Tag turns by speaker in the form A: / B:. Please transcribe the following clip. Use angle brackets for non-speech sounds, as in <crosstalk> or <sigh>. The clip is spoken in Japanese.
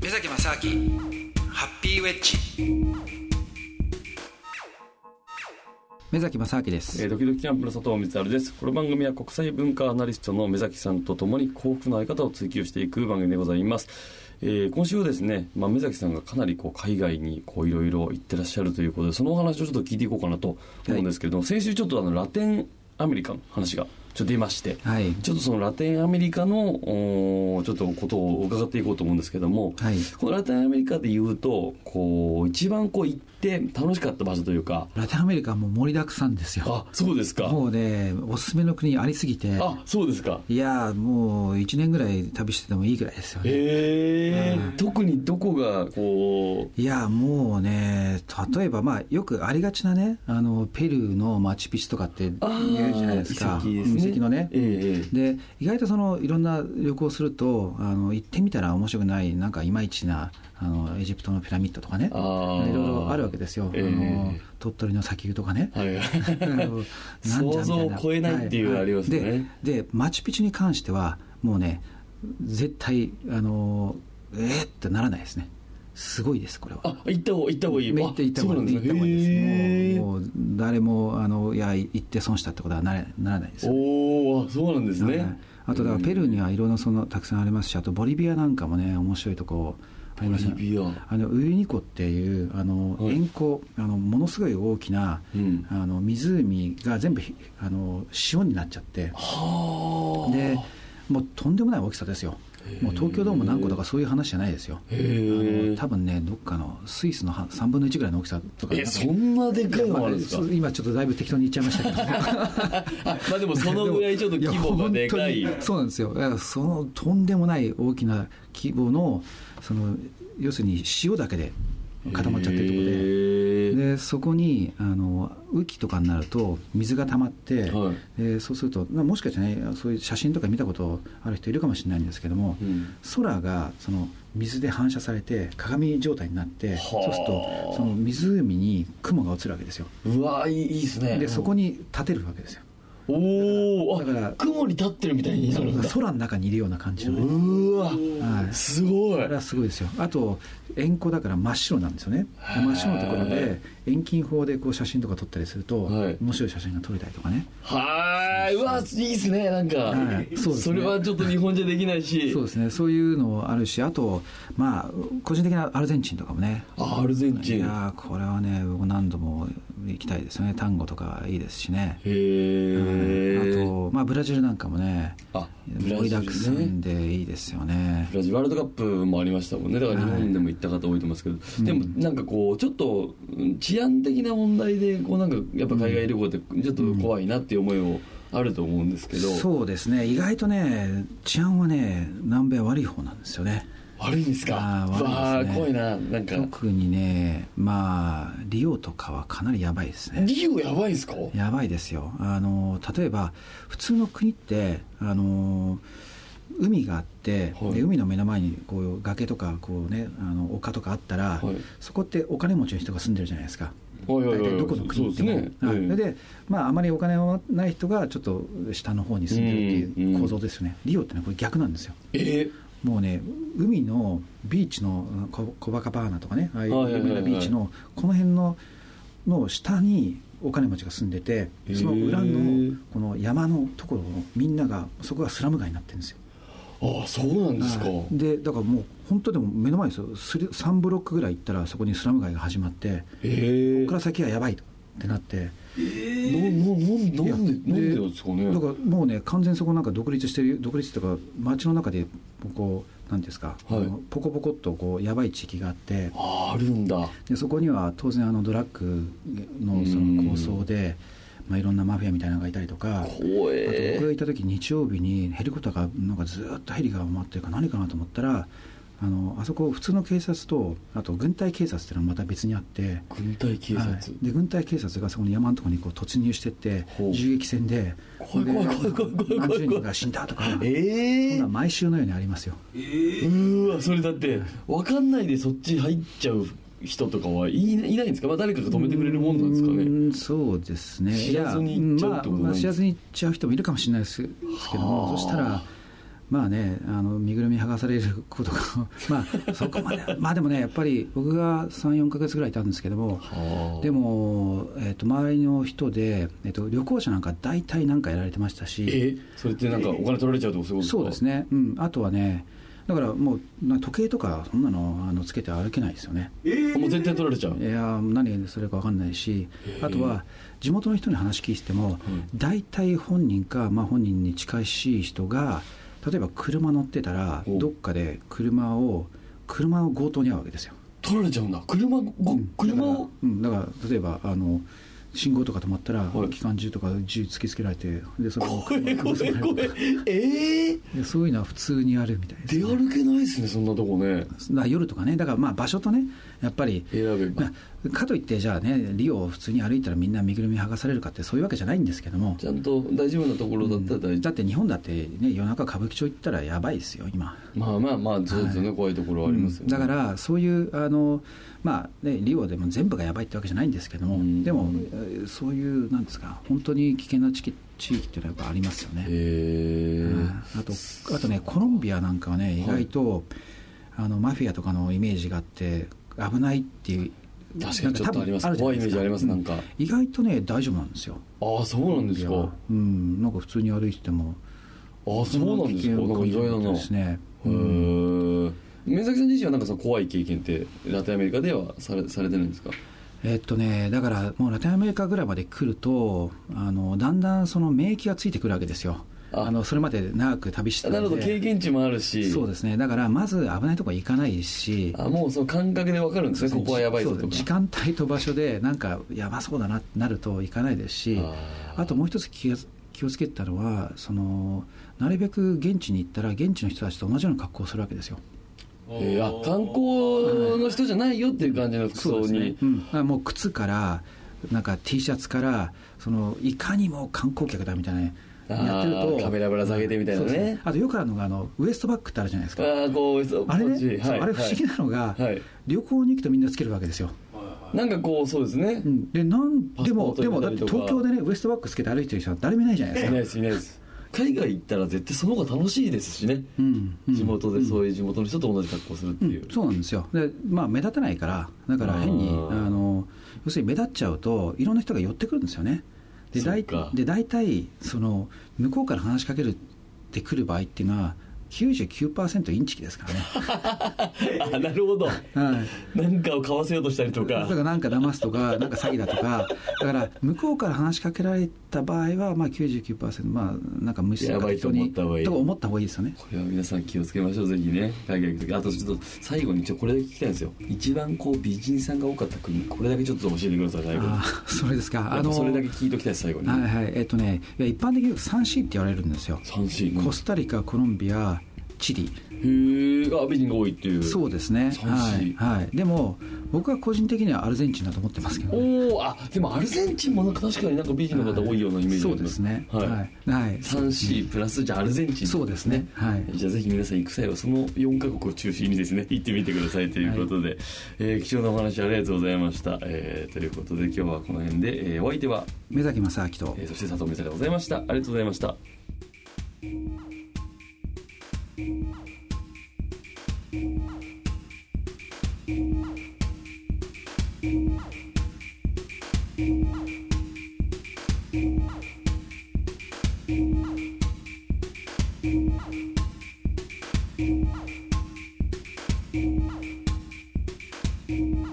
A: 目崎正明ハッピーウェッジ目崎正明で
B: え
A: す
B: ー、ドキドキキャンプの佐藤光晴です。この番組は国際文化アナリストの目崎さんとともに幸福の在り方を追求していく番組でございます。えー今週はですね、まあ、目崎さんがかなりこう海外にこういろいろ行ってらっしゃるということで、そのお話をちょっと聞いていこうかなと思うんですけれども、先週ちょっとあのラテンアメリカの話がちょっと出まして、
A: はい
B: ちょっとそのラテンアメリカのおーちょっとことを伺っていこうと思うんですけども、
A: はい
B: このラテンアメリカで言うとこう一番こう行って楽しかった場所というか
A: ラテンアメリカはもう盛りだくさんですよ
B: あそうですか
A: もうねおすすめの国ありすぎて
B: あそうですか
A: いやーもう1年ぐらい旅しててもいいぐらいですよね
B: へえ
A: うん
B: 特にどこがこ
A: いやもうね例えばまあよくありがちなねあのペルーのマチュピチュとかって言う
B: う
A: じゃないですか
B: 遺跡ですね
A: 遺跡のね
B: えええ
A: で意外とそのいろんな旅行するとあの行ってみたら面白くないなんかいまいちなあのエジプトのピラミッドとかねい
B: あ
A: ろ
B: ー
A: いろあるわけですよ、
B: ええ
A: あの鳥取の砂丘とかね
B: <laughs>
A: <laughs>
B: えはい
A: あのなんじゃみたいな
B: 想像を超えないっていうのがありますね
A: はいででマチュピチュに関してはもうね絶対あのえー、ってならないですねすごいですこれは
B: あ行った方行った方がいい
A: 行って行った方がいい
B: あ
A: 行っ
B: そう
A: た
B: な
A: 方がい
B: ん
A: い
B: で
A: で
B: す
A: す
B: ね
A: もうもう誰もあのいや行って損したってことはなれならないです
B: へえ
A: よ
B: おおそうなんです
A: はい
B: ね
A: あとだからペルーにはいろんなそのたくさんありますしあとボリビアなんかもね面白いとこあります
B: ボリビア
A: あのウユニ湖っていうあの
B: はい
A: 塩湖、あのものすごい大きな、
B: うん
A: あの湖が全部ひあの塩になっちゃって
B: はあ
A: でもうとんでもない大きさですよもう東京ドーム何個とかそういう話じゃないですよ
B: へ
A: あの
B: え
A: 多分ねどっかのスイスの3分の1ぐらいの大きさとか
B: えそんなでっかいのもあるんですか
A: いやまあ <laughs> 今ちょっとだいぶ適当に言っちゃいましたけど
B: <laughs> あまあでもそのぐらいちょっと規模がでかい
A: や本当にそうなんですよいやそのとんでもない大きな規模のその要するに塩だけで固まっちゃってるとこで
B: へえ
A: でそこにあの雨季とかになると水が溜まって、
B: はい
A: でそうするとなもしかしてねそういう写真とか見たことある人いるかもしれないんですけども、
B: うん
A: 空がその水で反射されて鏡状態になって
B: は
A: そう
B: あ
A: するとその湖に雲が映るわけですよ
B: うわいいいいですね
A: でそこに立てるわけですよ
B: おお
A: だから
B: 雲に立ってるみたいになるんだ
A: 空の中にいるような感じのね
B: うわ、
A: はい
B: すごい
A: これはすごいですよあと円弧だから真っ白なんですよね
B: へー
A: 真っ白のところで遠近法でこう写真とか撮ったりすると、
B: はい
A: 面白い写真が撮れたりとかね
B: はーいうわいいっすねなんか、
A: はいそう
B: そ
A: ですね
B: れはちょっと日本じゃできないし
A: そうですねそういうのもあるしあとまあ個人的なアルゼンチンとかもね
B: あアルゼン
A: い
B: チンへ
A: やーこれはね僕何度も行きたいですよね単語とかいいですしねあ
B: え
A: と、まあ、ブラジルなんかもね
B: あブラ
A: 盛りだく
B: ジ
A: さ
B: ルね
A: んでいいですよね
B: ブラジルワールドカップもありましたもんねだから日本でも行った方多いと思いますけど、でもなんかこうちょっとうん治安的な問題でこうなんかやっぱ海外旅行ってちょっと怖いなっていう思いをあると思うんですけど、
A: そうですね意外とね治安はね南米は悪い方なんですよね
B: 悪いんですか
A: あー悪いですね
B: わあ怖いななんか
A: 特にねまあリオとかはかなりやばいですね
B: 理由やばいんですか
A: やばいですよあの例えば普通の国ってあの海があって、
B: はい
A: で海の目の前にこう崖とかこう、ね、あの丘とかあったら、
B: はい
A: そこってお金持ちの人が住んでるじゃないですか
B: はいは
A: 大
B: いはい
A: 体どこの国行っても
B: そうですね
A: はい
B: ええ
A: それで、まあ、あまりお金のない人がちょっと下の方に住んでるっていう構造ですよね、リオってのはこれ逆なんですよ
B: え
A: もうね海のビーチのあのココバカバーナとかねああいう
B: はいはいはいは
A: 海
B: い
A: のビーチのこの辺のの下にお金持ちが住んでて
B: へー
A: その裏のこの山のところをみんながそこがスラム街になってるんですよ
B: ああそうなんですか、
A: はいでだからもう本当でも目の前ですよすり3ブロックぐらい行ったらそこにスラム街が始まってこ
B: ええ
A: こから先はやばいとってなっていや
B: ななななんでなんでなんですかね
A: だからもうね完全にそこなんか独立してる独立とか街の中でこうなんていうんですか、
B: はい
A: あのポコポコっとこうやばい地域があって
B: あああるんだ
A: でそこには当然あのドラッグのその構想で、まあ、いろんなマフィアみたいなのがいたりとか。あ
B: 怖
A: と
B: え
A: 僕がいた時日曜日にヘリコプターがなんかずーっとヘリが回ってるから何かなと思ったらあのあそこ普通の警察とあと軍隊警察っていうのはまた別にあって
B: 軍隊警察、
A: はいで軍隊警察がそこの山のところにこう突入してって
B: ほう
A: 銃撃戦で
B: 怖い怖い怖い怖い怖い怖い
A: 何十人が死んだとかそん
B: ええ
A: な毎週のようにありますよ
B: うわそれだって分かんないでそっち入っちゃう人とかはいないいないんですか、まあ、誰かが止めてくれるもんなんですか
A: う
B: ね
A: ーんそうですね
B: 知らずに行っちゃうってこと
A: いやまあ
B: な
A: ま
B: いんですか
A: あ知らずに行っちゃう人もいるかもしれないですけど
B: はあ
A: もそしたらまあねあの身ぐるみ剥がされることが <laughs> まあそこまでまあでもねやっぱり僕が34か月ぐらいいたんですけどもで
B: も
A: も、えっと周りの人で、えっと旅行者なんか大体なんかやられてましたし
B: えそれってなんかお金取られちゃうとかそういうこと
A: そうです
B: ね
A: ね、うん、あとはねだからもうな時計とかそんなのあのつけて歩けないですよね
B: もう絶対取られちゃう
A: いやー何がそれか分かんないしあとは地元の人に話聞いても大体本人か、まあ、本人に近しい人が例えば車乗ってたら
B: お
A: どっかで車を車を強盗に遭うわけですよ
B: 取られちゃうんだ車ご車
A: だから
B: を、
A: うん、だから例えばあの信号とか止まったら、
B: はい
A: 機関銃とか銃突きつけられてでそれを
B: 怖い怖い怖いええ
A: <laughs> でそういうのは普通にあるみたいです、
B: 出歩けないですねそんなとこね
A: だから夜とかねだからまあ場所とねやっぱり
B: 選べば
A: まあかといってじゃあねリオを普通に歩いたらみんな身ぐるみ剥がされるかってそういうわけじゃないんですけども
B: ちゃんと大丈夫なところだったら大丈
A: だって日本だって、ね、夜中歌舞伎町行ったらやばいですよ今、
B: 夫、まあまあまあそうですよね、怖いところはありますよ
A: う
B: ね
A: んだからそういうあの、まあね、リオでも全部がやばいってわけじゃないんですけども、
B: うん
A: でもえーそういうなんですか本当に危険な地域地域っていうのはやっぱありますよね、
B: へえ
A: うんあとあとねコロンビアなんかはね意外と、あのマフィアとかのイメージがあって危ないっていう
B: 確かにちょっとあります
A: なんか多
B: 怖
A: 分る
B: いイメー
A: じ
B: ジ
A: ゃな
B: あり
A: いで
B: ますす
A: か
B: なんか、
A: 意外とね大丈夫なんですよ
B: ああそうなんですか
A: いや
B: あ
A: うんなんか普通に歩いてても
B: あそうなんですかなんか意外だな
A: ですね
B: へえ宮崎さん自身はなんかその怖い経験ってラテンアメリカではされされてないんですか
A: えっとねだからもうラテンアメリカぐらいまで来るとあのだんだんその免疫がついてくるわけですよ
B: あ
A: あのそれまで長く旅して
B: あ
A: た
B: なる
A: の
B: ほど経
A: で
B: 験値もあるし
A: そうですねだからまず危ないとこは行かないし
B: あもうその感覚でわかるんですねここはやばいぞ
A: そう
B: と
A: で
B: か
A: す時間帯と場所でなんかやばそうだなってなると行かないですし
B: あー
A: あともう一つ気が気をつけてたのはそのなるべく現地に行ったら現地の人たちと同じような格好をするわけですよ
B: えーあ観光の人じゃないよっていう感じの服装
A: です
B: に
A: うん、だからもう靴からなんか T シャツからそのいかにも観光客だみたいなね
B: あー
A: やってると
B: カメラぶら下げてみたいなね
A: そうですあとよくあるのがあのウエストバッグってあるじゃないですか
B: ああこうそう
A: あれ
B: こっち
A: ね、そう
B: はい
A: あれ不思議なのが、
B: はいはい
A: 旅行に行くとみんなつけるわけですよ、
B: なんかこうそうですね
A: うんでなん
B: パ
A: で
B: スポー
A: も
B: ト
A: でも
B: 入れ
A: だ
B: た
A: って
B: りとか
A: 東京でねウエストバッグつけて歩いてる人は誰もいないじゃないで
B: い
A: す
B: ない
A: か、
B: ですいないです海外行ったら絶対その方が楽しいですしね、
A: うんうん
B: 地元でそういう地元の人と同じ格好するっていう、
A: うんそうなんですよで、まあ、目立たないからだから変に
B: あー
A: あの要するに目立っちゃうといろんな人が寄ってくるんですよねで
B: そっ
A: 大
B: か
A: で大体その向こうから話しかけるってくる場合っていうのは99%インチキですからね、
B: <laughs> あなるほど
A: はい、
B: なんかを買わせようとしたりと
A: だ
B: か
A: からなんか騙すとかなんか詐欺だとかだから向こうから話しかけられた場合はまあ99%まあなんか無視する
B: やばいと思った方がいい
A: と思った方がいいですよね
B: これは皆さん気をつけましょうぜひね海外行く時あとちょっと最後にちょっとこれだけ聞きたいんですよ一番こう美人さんが多かった国これだけちょっと教えてください最後に
A: ああそれですか
B: や
A: あ
B: っぱ
A: の
B: それだけ聞いときたいです最後に、
A: はいはいえっとねいや一般的によく 3C って言われるんですよ
B: 三振
A: コスタリカ、コロンビア、チリ、
B: へえあ美人が多いっていう
A: そうですね、
B: そう
A: はいはい、でも僕は個人的にはアルゼンチンだと思ってますけどね、
B: おおあでもアルゼンチンもなんか確かになんか美人の方多いようなイメージが
A: そう
B: あり
A: で
B: ます
A: ね、
B: はい、
A: はい、はい、
B: 3C プラスじゃあアルゼンチン
A: そうですね、はい、
B: じゃあぜひ皆さん行く際はその4カ国を中心にで
A: <laughs>
B: すね行ってみてくださいということで、えー貴重なお話ありがとうございました、えーということで今日はこの辺で、えーお相手は、
A: 目崎正明と
B: えーそして佐藤美沙でございましたありがとうございました
C: 「